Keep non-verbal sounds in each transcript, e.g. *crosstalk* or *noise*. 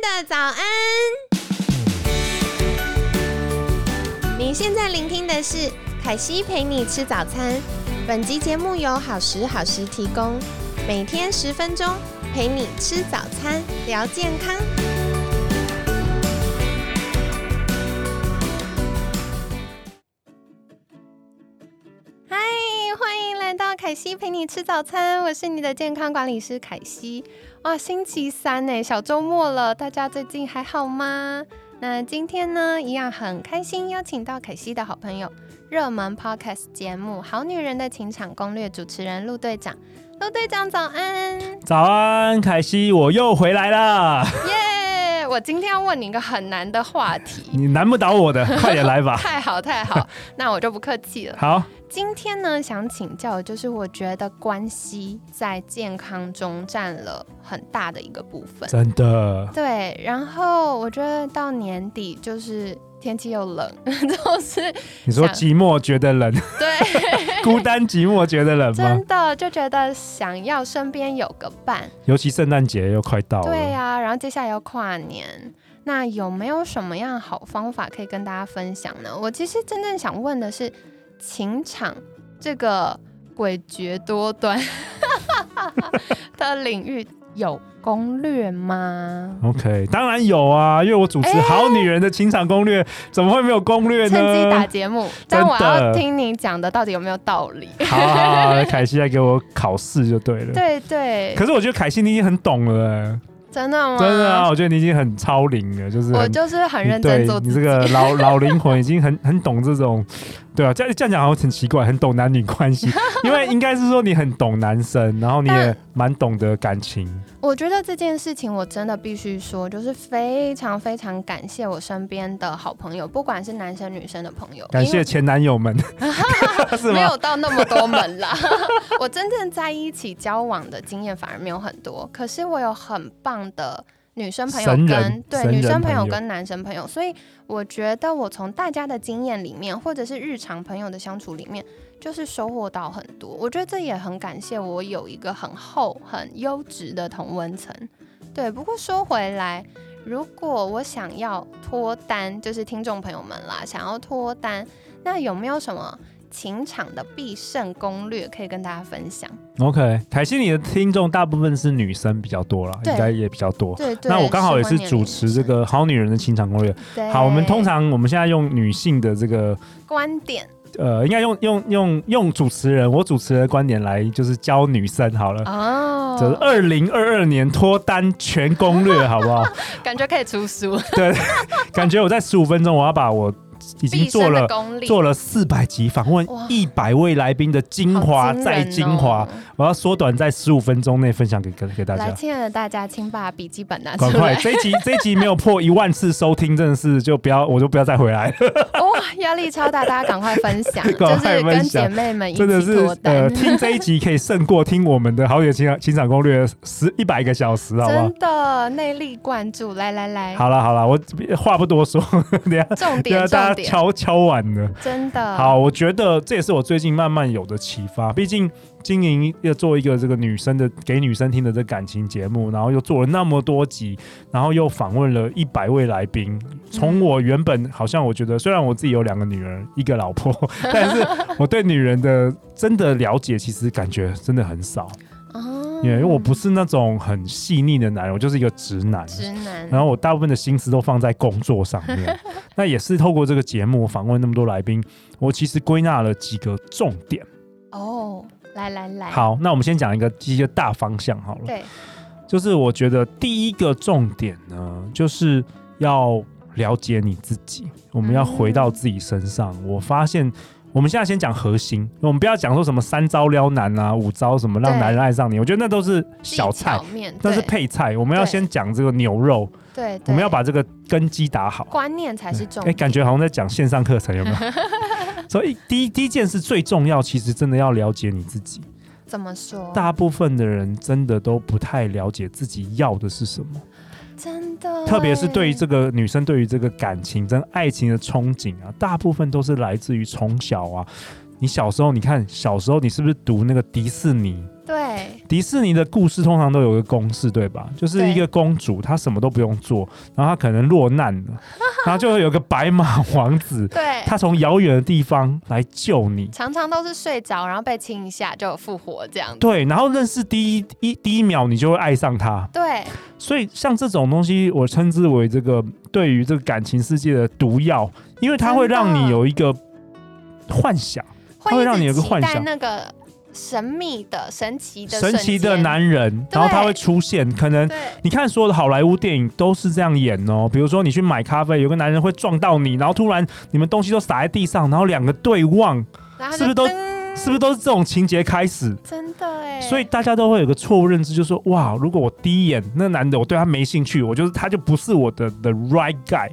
的早安。你现在聆听的是凯西陪你吃早餐。本集节目由好时好时提供，每天十分钟陪你吃早餐，聊健康。嗨，欢迎来到凯西陪你吃早餐，我是你的健康管理师凯西。哇，啊星期三呢，小周末了，大家最近还好吗？那今天呢，一样很开心，邀请到凯西的好朋友，热门 podcast 节目《好女人的情场攻略》主持人陆队长。陆队长早安，早安，凯西，我又回来啦！耶、 *laughs* 我今天要问你一个很难的话题，你难不倒我的，快点来嗯吧。太好太好，那我就不客气了。好，今天呢，想请教的就是，我觉得关系在健康中占了很大的一个部分。真的，对，然后我觉得到年底就是天气又冷， *laughs* 就是你说想寂寞觉得冷， *laughs* 对，孤单寂寞觉得冷吗真？的就觉得想要身边有个伴。尤其圣诞节又快到了，对呀、然后接下来要跨年，那有没有什么样好方法可以跟大家分享呢？我其实真正想问的是，情场这个诡谲多 *laughs* 端的领域有攻略吗？ OK，当然有啊，因为我主持《好女人的情场攻略》，怎么会没有攻略趁机打呢？节目，但真我要的听你讲的到底有没有道理？好好好，凯西来给我考试就对了。对对，可是我觉得凯西你已经很懂了，真的吗？真的啊，我觉得你已经很超龄了，就是我很就是很认对真做你自这己。个 *laughs* 老老灵魂已经很很懂这种，对啊，这样这样讲好像很奇怪，很懂男女关 *laughs* 系，因为应该是说你很懂男生，然后你也蛮懂得感情，我觉得这件事情我真的必须说，就是非常非常感谢我身边的好朋友，不管是男生女生的朋友，感因谢为前男友们，是没吗？有到那么多门啦。 *laughs* 我真正在一起交往的经验反而没有很多，可是我有很棒的。女生朋友神人跟对神女人生朋友朋友跟男生朋友，所以我觉得我从大家的经验里面，或者是日常朋友的相处里面，就是收获到很多。我觉得这也很感谢我有一个很厚、很优质的同温层。对，不过说回来，如果我想要脱单，就是听众朋友们啦，想要脱单，那有没有什么情场的必胜攻略可以跟大家分享？ OK，凯西，你的听众大部分是女生比较多啦，对应该也比较多。对对，那我刚好也是适婚年龄主持这个《好女人的情场攻略》。对好，我们通常我们现在用女性的这个观点呃，应该用用用用主持人，我主持人的观点来就是教女生好了。哦，就是二零二二年脱单全攻 *laughs* 略，好不好？感觉可以出书，对，感觉我在十五分钟，我要把我 *laughs* 已经必做胜的了功力，做了四百集访问哇一百位来宾的精华好惊再人精哦华，我要缩短在十五分钟内分享给给给大来，家。亲爱的大家，请把笔记本拿出赶快，来。这一集这一集没有破一万次收听，真的是就不要，我就不要再回来了， *laughs* 哇、压力超大，大家赶快分享， *laughs* 赶就快是跟分享姐妹们一真的起是脱单呃，。听这一集可以胜过听我们的《好野情场情场攻略》十一百个小时，好不好真？的内力灌注，来来来，好了好了，我话不多说， *laughs* 等一下重等一点下大重家点，敲敲碗了。真的好，我觉得这也是我最近慢慢有的启发。毕竟经营要做一个这个女生的给女生听的这感情节目，然后又做了那么多集，然后又访问了一百位来宾。从我原本好像我觉得，虽然我自己有两个女儿，一个老婆，但是我对女人的真的了解，其实感觉真的很少。哦，因为我不是那种很细腻的男人，我就是一个直男。直男，然后我大部分的心思都放在工作上 *laughs* 面。那也是透过这个节目访问那么多来宾，我其实归纳了几个重点。哦，来来来，，好，那我们先讲一个一个大方向好了，对，就是我觉得第一个重点呢，就是要了解你自己，我们要回到自己身上。嗯我发现。我们现在先讲核心，我们不要讲说什么三招撩男啊，五招什么让对男人爱上你，我觉得那都是小技菜巧，面，那是对配菜。我们要对先讲这个牛肉，对，对我们要把这个根基打好。观念才是重哎、点，感觉好像在讲线上课 *laughs* 程，有没有？所以第一第一件事最重要，其实真的要了解你自己。怎么说？大部分的人真的都不太了解自己要的是什么，真的欸，特别是对于这个女生对于这个感情、跟爱情的憧憬啊，大部分都是来自于从小啊。你小时候，你看小时候你是不是读那个迪士尼？对，迪士尼的故事通常都有一个公式，对吧？就是一个公主，她什么都不用做，然后她可能落难了，然后就会有个白马王子，对，他从遥远的地方来救你。常常都是睡着，然后被亲一下就复活这样子。对，然后认识第一一第一秒，你就会爱上他。对，所以像这种东西，我称之为这个对于这个感情世界的毒药，因为它会让真你的有一个幻想，会它会一让直你有个期幻待想那个神秘的、神奇的、神奇的。男人，然后他会出现，可能。对，你看，所有的好莱坞电影都是这样演哦。比如说，你去买咖啡，有个男人会撞到你，然后突然你们东西都洒在地上，然后两个对望，然后是不就是都噔是不是都是这种情节开始？真的哎？所以大家都会有个错误认知，就是说哇，如果我第一眼那男的我对他没兴趣，我就是他就不是我的 the right guy，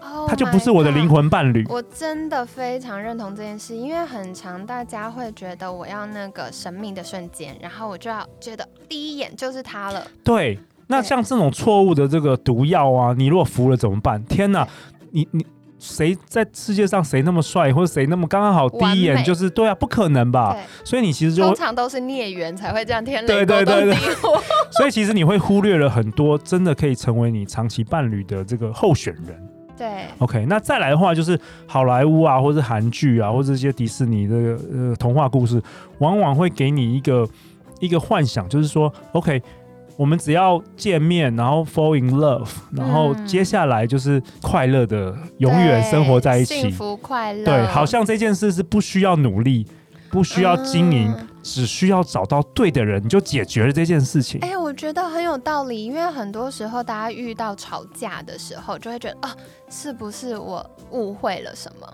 Oh 他就不是我的 my 灵 God 魂伴侣。我真的非常认同这件事，因为很常大家会觉得我要那个神秘的瞬间，然后我就要觉得第一眼就是他了。对，那对像这种错误的这个毒药啊，你如果服了怎么办？天哪对，你你谁在世界上谁那么帅，或者谁那么刚刚好第完一眼美就是对啊，不可能吧？对，所以你其实就通常都是孽缘才会这样天对雷勾对动对地对火。所以其实你会忽略了很多真的可以成为你长期伴侣的这个候选人。对 OK，那再来的话就是好莱坞啊，或是韩剧啊，或者这些迪士尼的呃童话故事，往往会给你一个一个幻想，就是说 OK。我们只要见面，然后 fall in love，然后嗯接下来就是快乐的，永远生活在一对幸起。福快乐。对，好像这件事是不需要努力，不需要经营，嗯只需要找到对的人，你就解决了这件事情。哎、我觉得很有道理，因为很多时候大家遇到吵架的时候，就会觉得啊，是不是我误会了什么？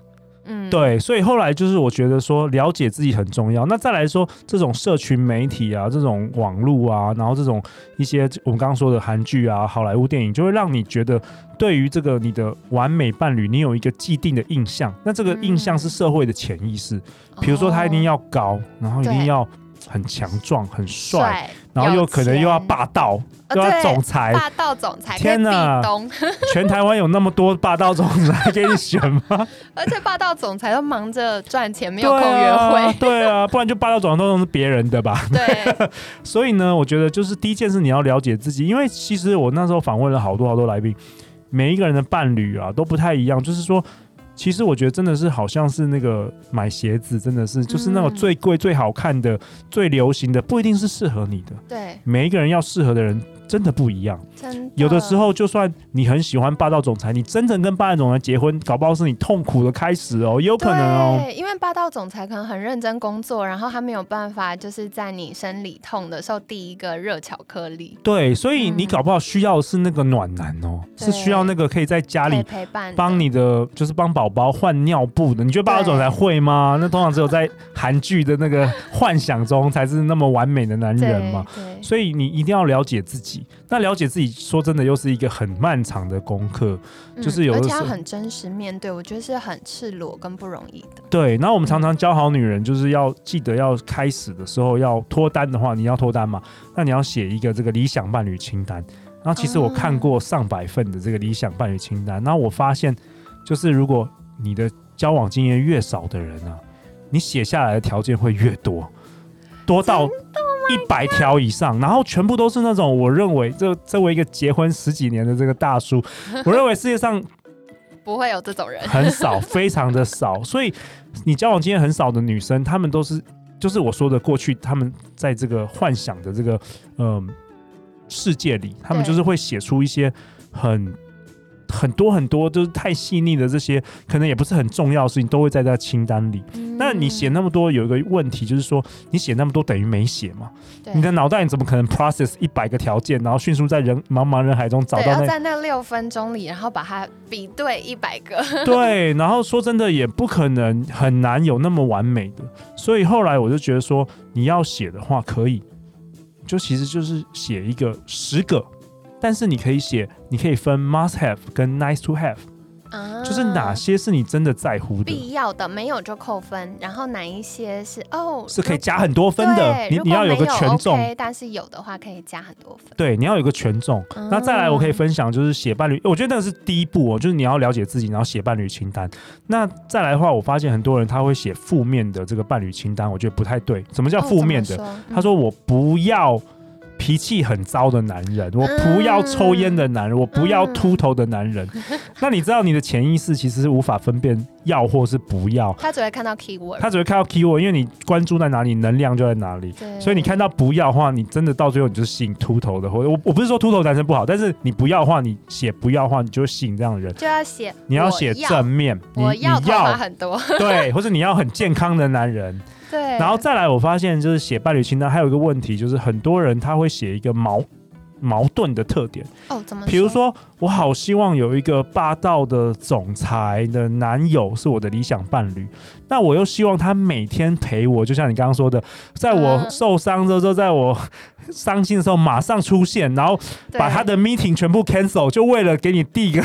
嗯，对，所以后来就是我觉得说了解自己很重要。那再来说这种社群媒体啊，这种网络啊，然后这种一些我们刚刚说的韩剧啊、好莱坞电影，就会让你觉得对于这个你的完美伴侣，你有一个既定的印象。那这个嗯印象是社会的潜意识，哦比如说他一定要要高，然后一定对要很强壮、很帅，帅，然后有又可能又要钱霸道，呃又要对总裁。霸道总裁，可以天壁哪咚，全台湾有那么多霸道总裁给你选吗？而且霸道总裁都忙着赚钱， *laughs* 没对有空约啊 *laughs* 会。，对啊，不然就霸道总裁都是别人的吧。对，所以呢，我觉得就是第一件事你要了解自己，因为其实我那时候访问了好多好多来宾，每一个人的伴侣啊都不太一样，就是说。其实我觉得真的是好像是那个买鞋子，真的是就是那种嗯最贵、最好看的、最流行的，不一定是适合你的。对，每一个人要适合的人真的不一样。真的。有的时候，就算你很喜欢霸道总裁，你真正跟霸道总裁结婚，搞不好是你痛苦的开始哦，也有对，可能哦。因为霸道总裁可能很认真工作，然后他没有办法就是在你生理痛的时候递一个热巧克力，对，所以你嗯搞不好需要的是那个暖男哦，是需要那个可以在家可里以陪伴，帮。你的就是帮宝宝换尿布的，你觉得霸道总裁会吗？那通常只有在韩剧的那个幻想中才是那么完美的男对人嘛。对，所以你一定要了解自己。那了解自己，说真的，又是一个很漫长的功课。就是嗯有的而且要时候很真实面对，我觉得是很赤裸跟不容易的。对，然后我们常常教好女人，就是要记得要开始的时候要脱单的话，你要脱单嘛，那你要写一个这个理想伴侣清单。然后其实我看过上百份的这个理想伴侣清单，那我发现，就是如果你的交往经验越少的人啊，你写下来的条件会越多，多到一百条以上，然后全部都是那种我认为这作为一个结婚十几年的这个大叔，我认为世界上不会有这种人，很少，非常的少。所以你交往经验很少的女生，她们都是就是我说的过去，她们在这个幻想的这个嗯、世界里，她们对就是会写出一些很。很多很多就是太细腻的这些，可能也不是很重要的事情，都会在这清单里。嗯那你写那么多，有一个问题就是说，你写那么多等于没写嘛？对你的脑袋你怎么可能 process 一百个条件，然后迅速在人茫茫人海中找对，到要那在那六分钟里，然后把它比对一百个。 *laughs* 对，然后说真的也不可能很难有那么完美的，所以后来我就觉得说，你要写的话可以，就其实就是写一个十个，但是你可以写，你可以分 must have 跟 nice to have，啊 *laughs* 就是哪些是你真的在乎的，必要的没有就扣分，然后哪一些是哦是可以加很多分的对。你如你果要有没个权重， OK，但是有的话可以加很多分。对，你要有个权重。嗯那再来，我可以分享就是写伴侣，我觉得那是第一步哦，就是你要了解自己，然后写伴侣清单。那再来的话，我发现很多人他会写负面的这个伴侣清单，我觉得不太对。什么叫哦负面的？怎么他说我不要。脾气很糟的男人，我不要抽烟的嗯男人，我不要秃头的 *laughs* 男人。那你知道你的潜意识其实是无法分辨要或是不要，他只会看到 keyword，他只会看到 keyword，因为你关注在哪里，能量就在哪里。对所以你看到不要的话，你真的到最后你就吸引秃头的，或者我我不是说秃头男生不好，但是你不要的话，你写不要的话，你就会吸引这样的人。就要写你要我写正面，你我你要头发很多，对，或者你要很健康的男人。 *laughs* 对，然后再来，我发现就是写伴侣清单还有一个问题，就是很多人他会写一个矛矛盾的特点，哦怎么？比如，说我好希望有一个霸道的总裁的男友是我的理想伴侣，那我又希望他每天陪我，就像你刚刚说的，在我嗯受伤的时候，在我伤心的时候马上出现，然后对把他的 meeting 全部 cancel，就为了给你递一个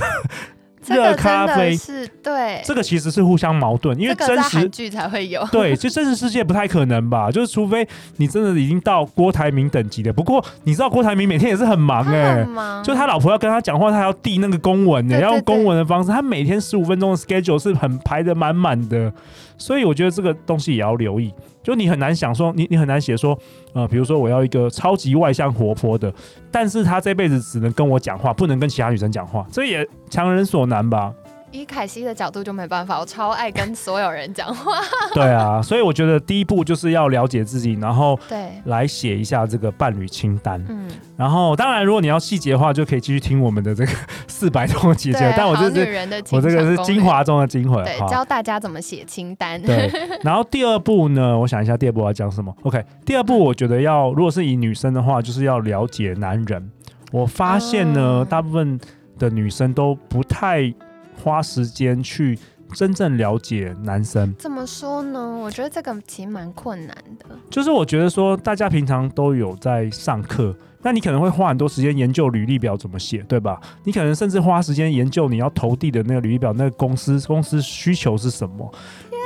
这热个真咖的啡。是对，这个其实是互相矛盾，因为这个真在实韩剧才会有，对，就真实世界不太可能吧？就是除非你真的已经到郭台铭等级的。不过你知道郭台铭每天也是 *laughs* 很忙他哎、很忙，就他老婆要跟他讲话，他还要递那个公文嗯呢、对对要用公文的方式。他每天十五分钟的 schedule 是很排的满满的，所以我觉得这个东西也要留意。就你很难想说，你你很难写说，呃，比如说我要一个超级外向活泼的，但是他这辈子只能跟我讲话，不能跟其他女生讲话，这也强人所 *laughs* 难吧？以凯西的角度就没办法，我超爱跟所有人讲 *laughs* 话，对啊，所以我觉得第一步就是要了解自己，然后对，来写一下这个伴侣清单。 *laughs* 嗯，然后，当然，如果你要细节的话，就可以继续听我们的这个四百多集节目对，，但我好这女是人的我情这个场是攻精略，华中的精华。对，好教大家怎么写清单，对，然后第二步呢，我想一下第二步要讲什么。OK，第二步我觉得要，如果是以女生的话，就是要了解男人。我发现呢，嗯大部分的女生都不太花时间去真正了解男生。 *laughs* 怎么说呢？我觉得这个其实蛮困难的，就是我觉得说，大家平常都有在上课，那你可能会花很多时间研究履历表怎么写，对吧？你可能甚至花时间研究你要投递的那个履历表，那个公司公司需求是什么。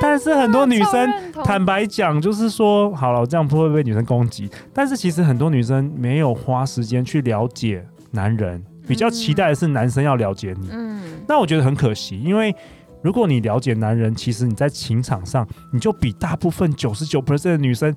但是很多女哦生，坦白讲，就是说，好了，我这样会不会被女生攻击？但是其实很多女生没有花时间去了解男人，比较期待的是男生要了解你。嗯，那我觉得很可惜，因为如果你了解男人，其实你在情场上，你就比大部分九十九 percent 的女生，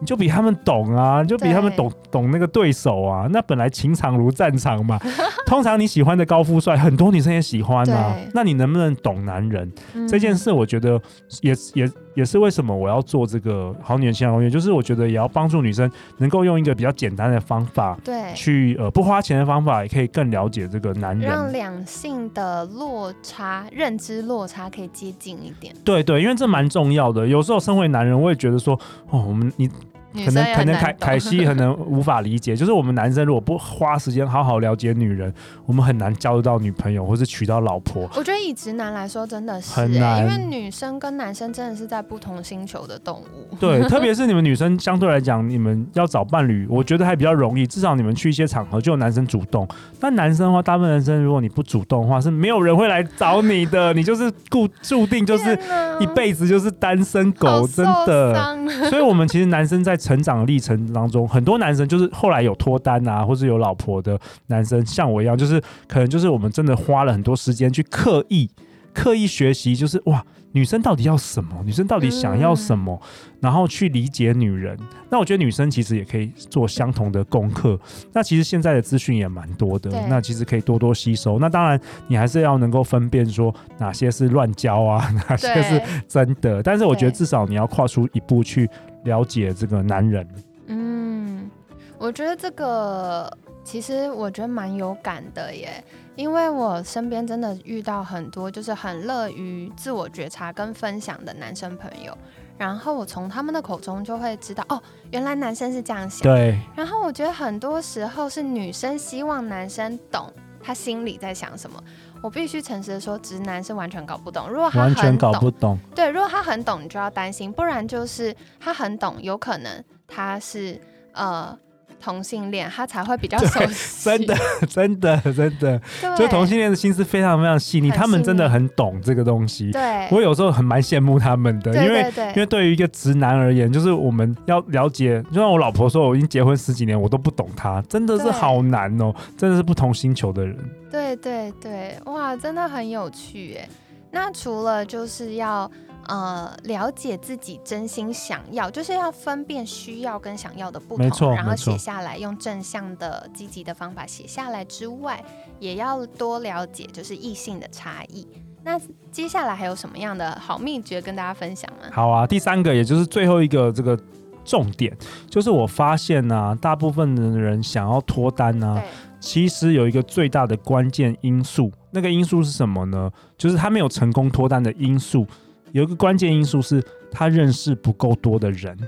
你就比他们懂啊，你就比他们对懂 *laughs* 懂那个对手啊。那本来情场如战场 *laughs* 嘛，通常你喜欢的高富帅，很多女生也喜欢啊对。那你能不能懂男人？嗯这件事，我觉得也也也是为什么我要做这个好女人情感攻略，就是我觉得也要帮助女生能够用一个比较简单的方法对，去呃不花钱的方法，也可以更了解这个男人让。两性的落差、认知落差可以接近一点。对对，因为这蛮重要的。有时候身为男人，我也觉得说，哦，我们你女可生能也可很能难凯懂凯西可能无法理解，就是我们男生如果不花时间好好了解女人，我们很难交得到女朋友或是娶到老婆。我觉得以直男来说真的是、欸，很难因为女生跟男生真的是在不同星球的动物。对， *laughs* 特别是你们女生相对来讲，你们要找伴侣，我觉得还比较容易，至少你们去一些场合就有男生主动。那男生的话，大部分男生如果你不主动的话，是没有人会来找你的，你就是固注定就是天哪一辈子就是单身狗，啊好真受的。伤所以，我们其实男生在成长的历程当中，很多男生就是后来有脱单啊，或是有老婆的男生，像我一样，就是可能就是我们真的花了很多时间去刻意、刻意学习，就是哇，女生到底要什么？女生到底想要什么？然后去理解女人。那我觉得女生其实也可以做相同的功课。那其实现在的资讯也蛮多的对，那其实可以多多吸收。那当然，你还是要能够分辨说哪些是乱交啊， *laughs* 哪些是对，真的，但是我觉得对至少你要跨出一步去了解这个男人。嗯，我觉得这个其实我觉得蛮有感的耶，因为我身边真的遇到很多就是很乐于自我觉察跟分享的男生朋友，然后我从他们的口中就会知道，哦，原来男生是这样想。对然后我觉得很多时候是女生希望男生懂她心里在想什么。我必须诚实的说，直男是完全搞不懂。如果他完全很搞懂，不懂。对，如果他很懂，你就要担心；不然就是他很懂，有可能他是呃同性恋，他才会比较熟悉。真的，真的，真的，对，就同性恋的心思非常非常细腻，很他们细真的腻很懂这个东西。对，我有时候很蛮羡慕他们的，对因为对对因为对于一个直男而言，就是我们要了解，就像我老婆说，我已经结婚十几年，我都不懂她，真的是对好难哦，真的是不同星球的人。对对对，哇，真的很有趣哎。那除了就是要呃了解自己真心想要，就是要分辨需要跟想要的不没错同，然后没错写下来，用正向的积极的方法写下来之外，也要多了解就是异性的差异。那接下来还有什么样的好秘诀跟大家分享吗？好啊，第三个也就是最后一个这个重点，就是我发现啊，大部分的人想要脱单啊呢、对，其实有一个最大的关键因素，那个因素是什么呢？就是他没有成功脱单的因素，有一个关键因素是他认识不够多的人，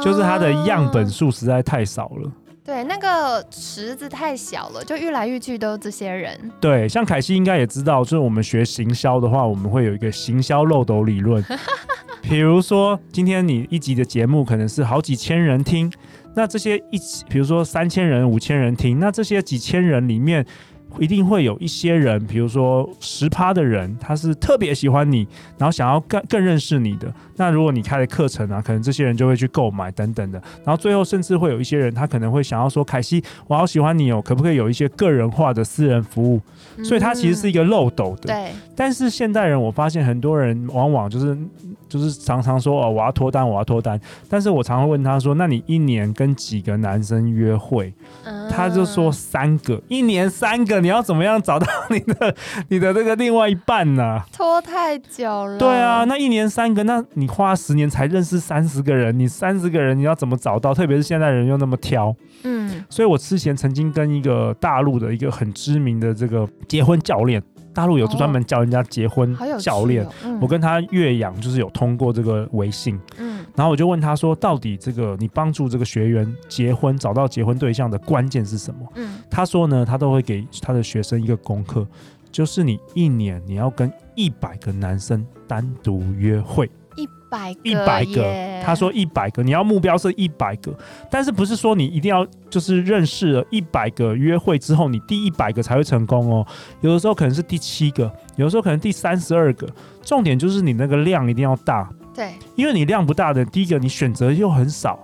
就是他的样本哦数实在太少了。对，那个池子太小了，就愈来愈去都这些人。对，像凯西应该也知道，就是我们学行销的话，我们会有一个行销漏斗理论。 *laughs* 比如说，今天你一集的节目可能是好几千人听，那这些一起，比如说三千人、五千人听，那这些几千人里面，一定会有一些人，比如说十趴的人，他是特别喜欢你，然后想要更更认识你的。那如果你开的课程啊，可能这些人就会去购买等等的。然后最后甚至会有一些人，他可能会想要说：“凯西，我好喜欢你哦，可不可以有一些个人化的私人服务？”所以它其实是一嗯、个漏斗的。对但是现代人，我发现很多人往往就是就是常常说哦，我要脱单，我要脱单。但是我常会问他说，那你一年跟几个男生约会？他就说嗯三个，一年三个，你要怎么样找到你的你的这个另外一半呢、拖太久了。对啊，那一年三个，那你花十年才认识三十个人，你三十个人你要怎么找到？特别是现代人又那么挑。嗯，所以我之前曾经跟一个大陆的一个很知名的这个结婚教练，大陆有哦专门教人家结婚好有趣教练。哦，嗯我跟他岳阳就是有通过这个微信，嗯然后我就问他说，到底这个你帮助这个学员结婚找到结婚对象的关键是什么？嗯他说呢，他都会给他的学生一个功课，就是你一年你要跟一百个男生单独约会。一百个100个耶他说一百个，你要目标是一百个，但是不是说你一定要就是认识了一百个约会之后，你第一百个才会成功哦。有的时候可能是第七个，有的时候可能第三十二个。重点就是你那个量一定要大，对因为你量不大的，第一个你选择又很少，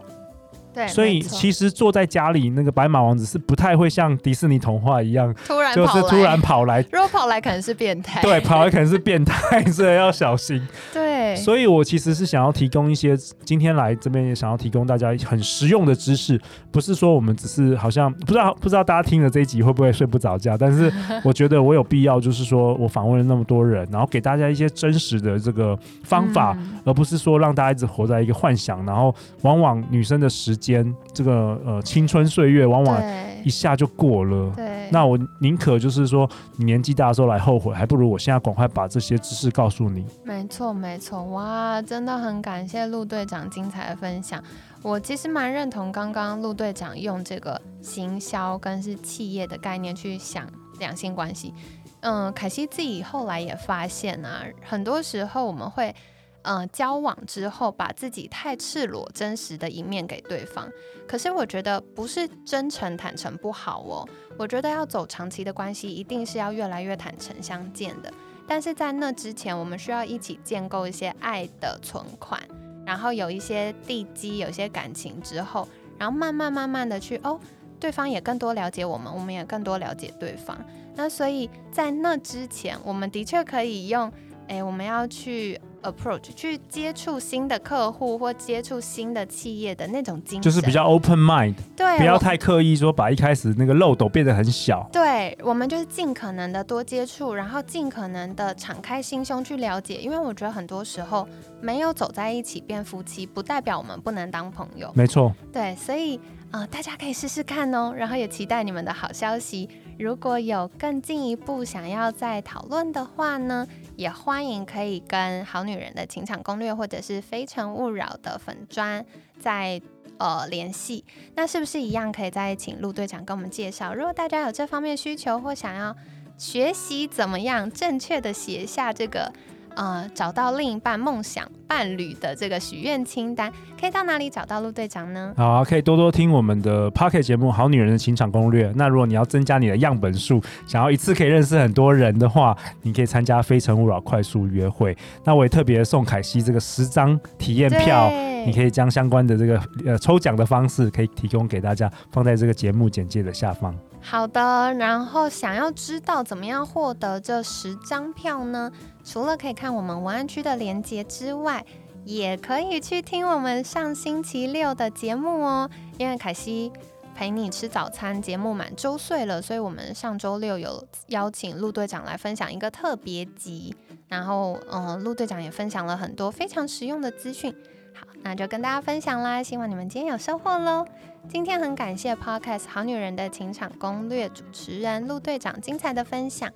对，所以没错其实坐在家里那个白马王子是不太会像迪士尼童话一样，突然就是跑来突然，跑来。如果跑来可能是变态， *laughs* 对，跑来可能是变态，所以要小心。对，所以，我其实是想要提供一些，今天来这边也想要提供大家很实用的知识，不是说我们只是好像不知道不知道大家听了这一集会不会睡不着觉，但 *laughs* 是我觉得我有必要，就是说我访问了那么多人，然后给大家一些真实的这个方法，嗯而不是说让大家一直活在一个幻想，然后往往女生的时间，这个呃青春岁月往往一对下就过了。对，那我宁可就是说，你年纪大的时候来后悔，还不如我现在赶快把这些知识告诉你。没错，没错，哇，真的很感谢陆队长精彩的分享。我其实蛮认同刚刚陆队长用这个行销跟是企业的概念去想两性关系。嗯，凯西自己后来也发现啊，很多时候我们会，呃，交往之后把自己太赤裸、真实的一面给对方。可是我觉得不是真诚、坦诚不好哦，我觉得要走长期的关系，一定是要越来越坦诚相见的。但是在那之前，我们需要一起建构一些爱的存款，然后有一些地基，有一些感情之后，然后慢慢慢慢的去哦，对方也更多了解我们，我们也更多了解对方。那所以在那之前，我们的确可以用，诶，我们要去 approach 去接触新的客户或接触新的企业的那种精神，就是比较 open 嗯 mind，对，不要我太刻意说把一开始那个漏斗变得很小。对，我们就是尽可能的多接触，然后尽可能的敞开心胸去了解，因为我觉得很多时候没有走在一起变夫妻，不代表我们不能当朋友。没错，对，所以呃，大家可以试试看哦，然后也期待你们的好消息。如果有更进一步想要再讨论的话呢，也欢迎可以跟《好女人的情场攻略》或者是《非诚勿扰》的粉砖再呃联系。那是不是一样可以再请陆队长跟我们介绍？如果大家有这方面需求或想要学习怎么样正确的写下这个呃找到另一半、梦想伴侣的这个许愿清单，可以到哪里找到陆队长呢？好、啊，可以多多听我们的 Pocket 节目《好女人的情场攻略》。那如果你要增加你的样本数，想要一次可以认识很多人的话，你可以参加《非诚勿扰》快速约会。那我也特别送凯西这个十张体验票，对你可以将相关的这个呃抽奖的方式可以提供给大家，放在这个节目简介的下方。好的，然后想要知道怎么样获得这十张票呢？除了可以看我们文案区的连接之外，也可以去听我们上星期六的节目哦。因为凯西陪你吃早餐节目满周岁了，所以我们上周六有邀请陆队长来分享一个特别集，然后嗯，陆队长也分享了很多非常实用的资讯。好，那就跟大家分享啦，希望你们今天有收获喽。今天很感谢 Podcast《好女人的情场攻略》主持人陆队长精彩的分享。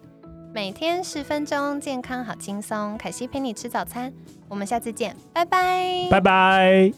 每天十分钟，健康好轻松。凯西陪你吃早餐，我们下次见，拜拜。拜拜。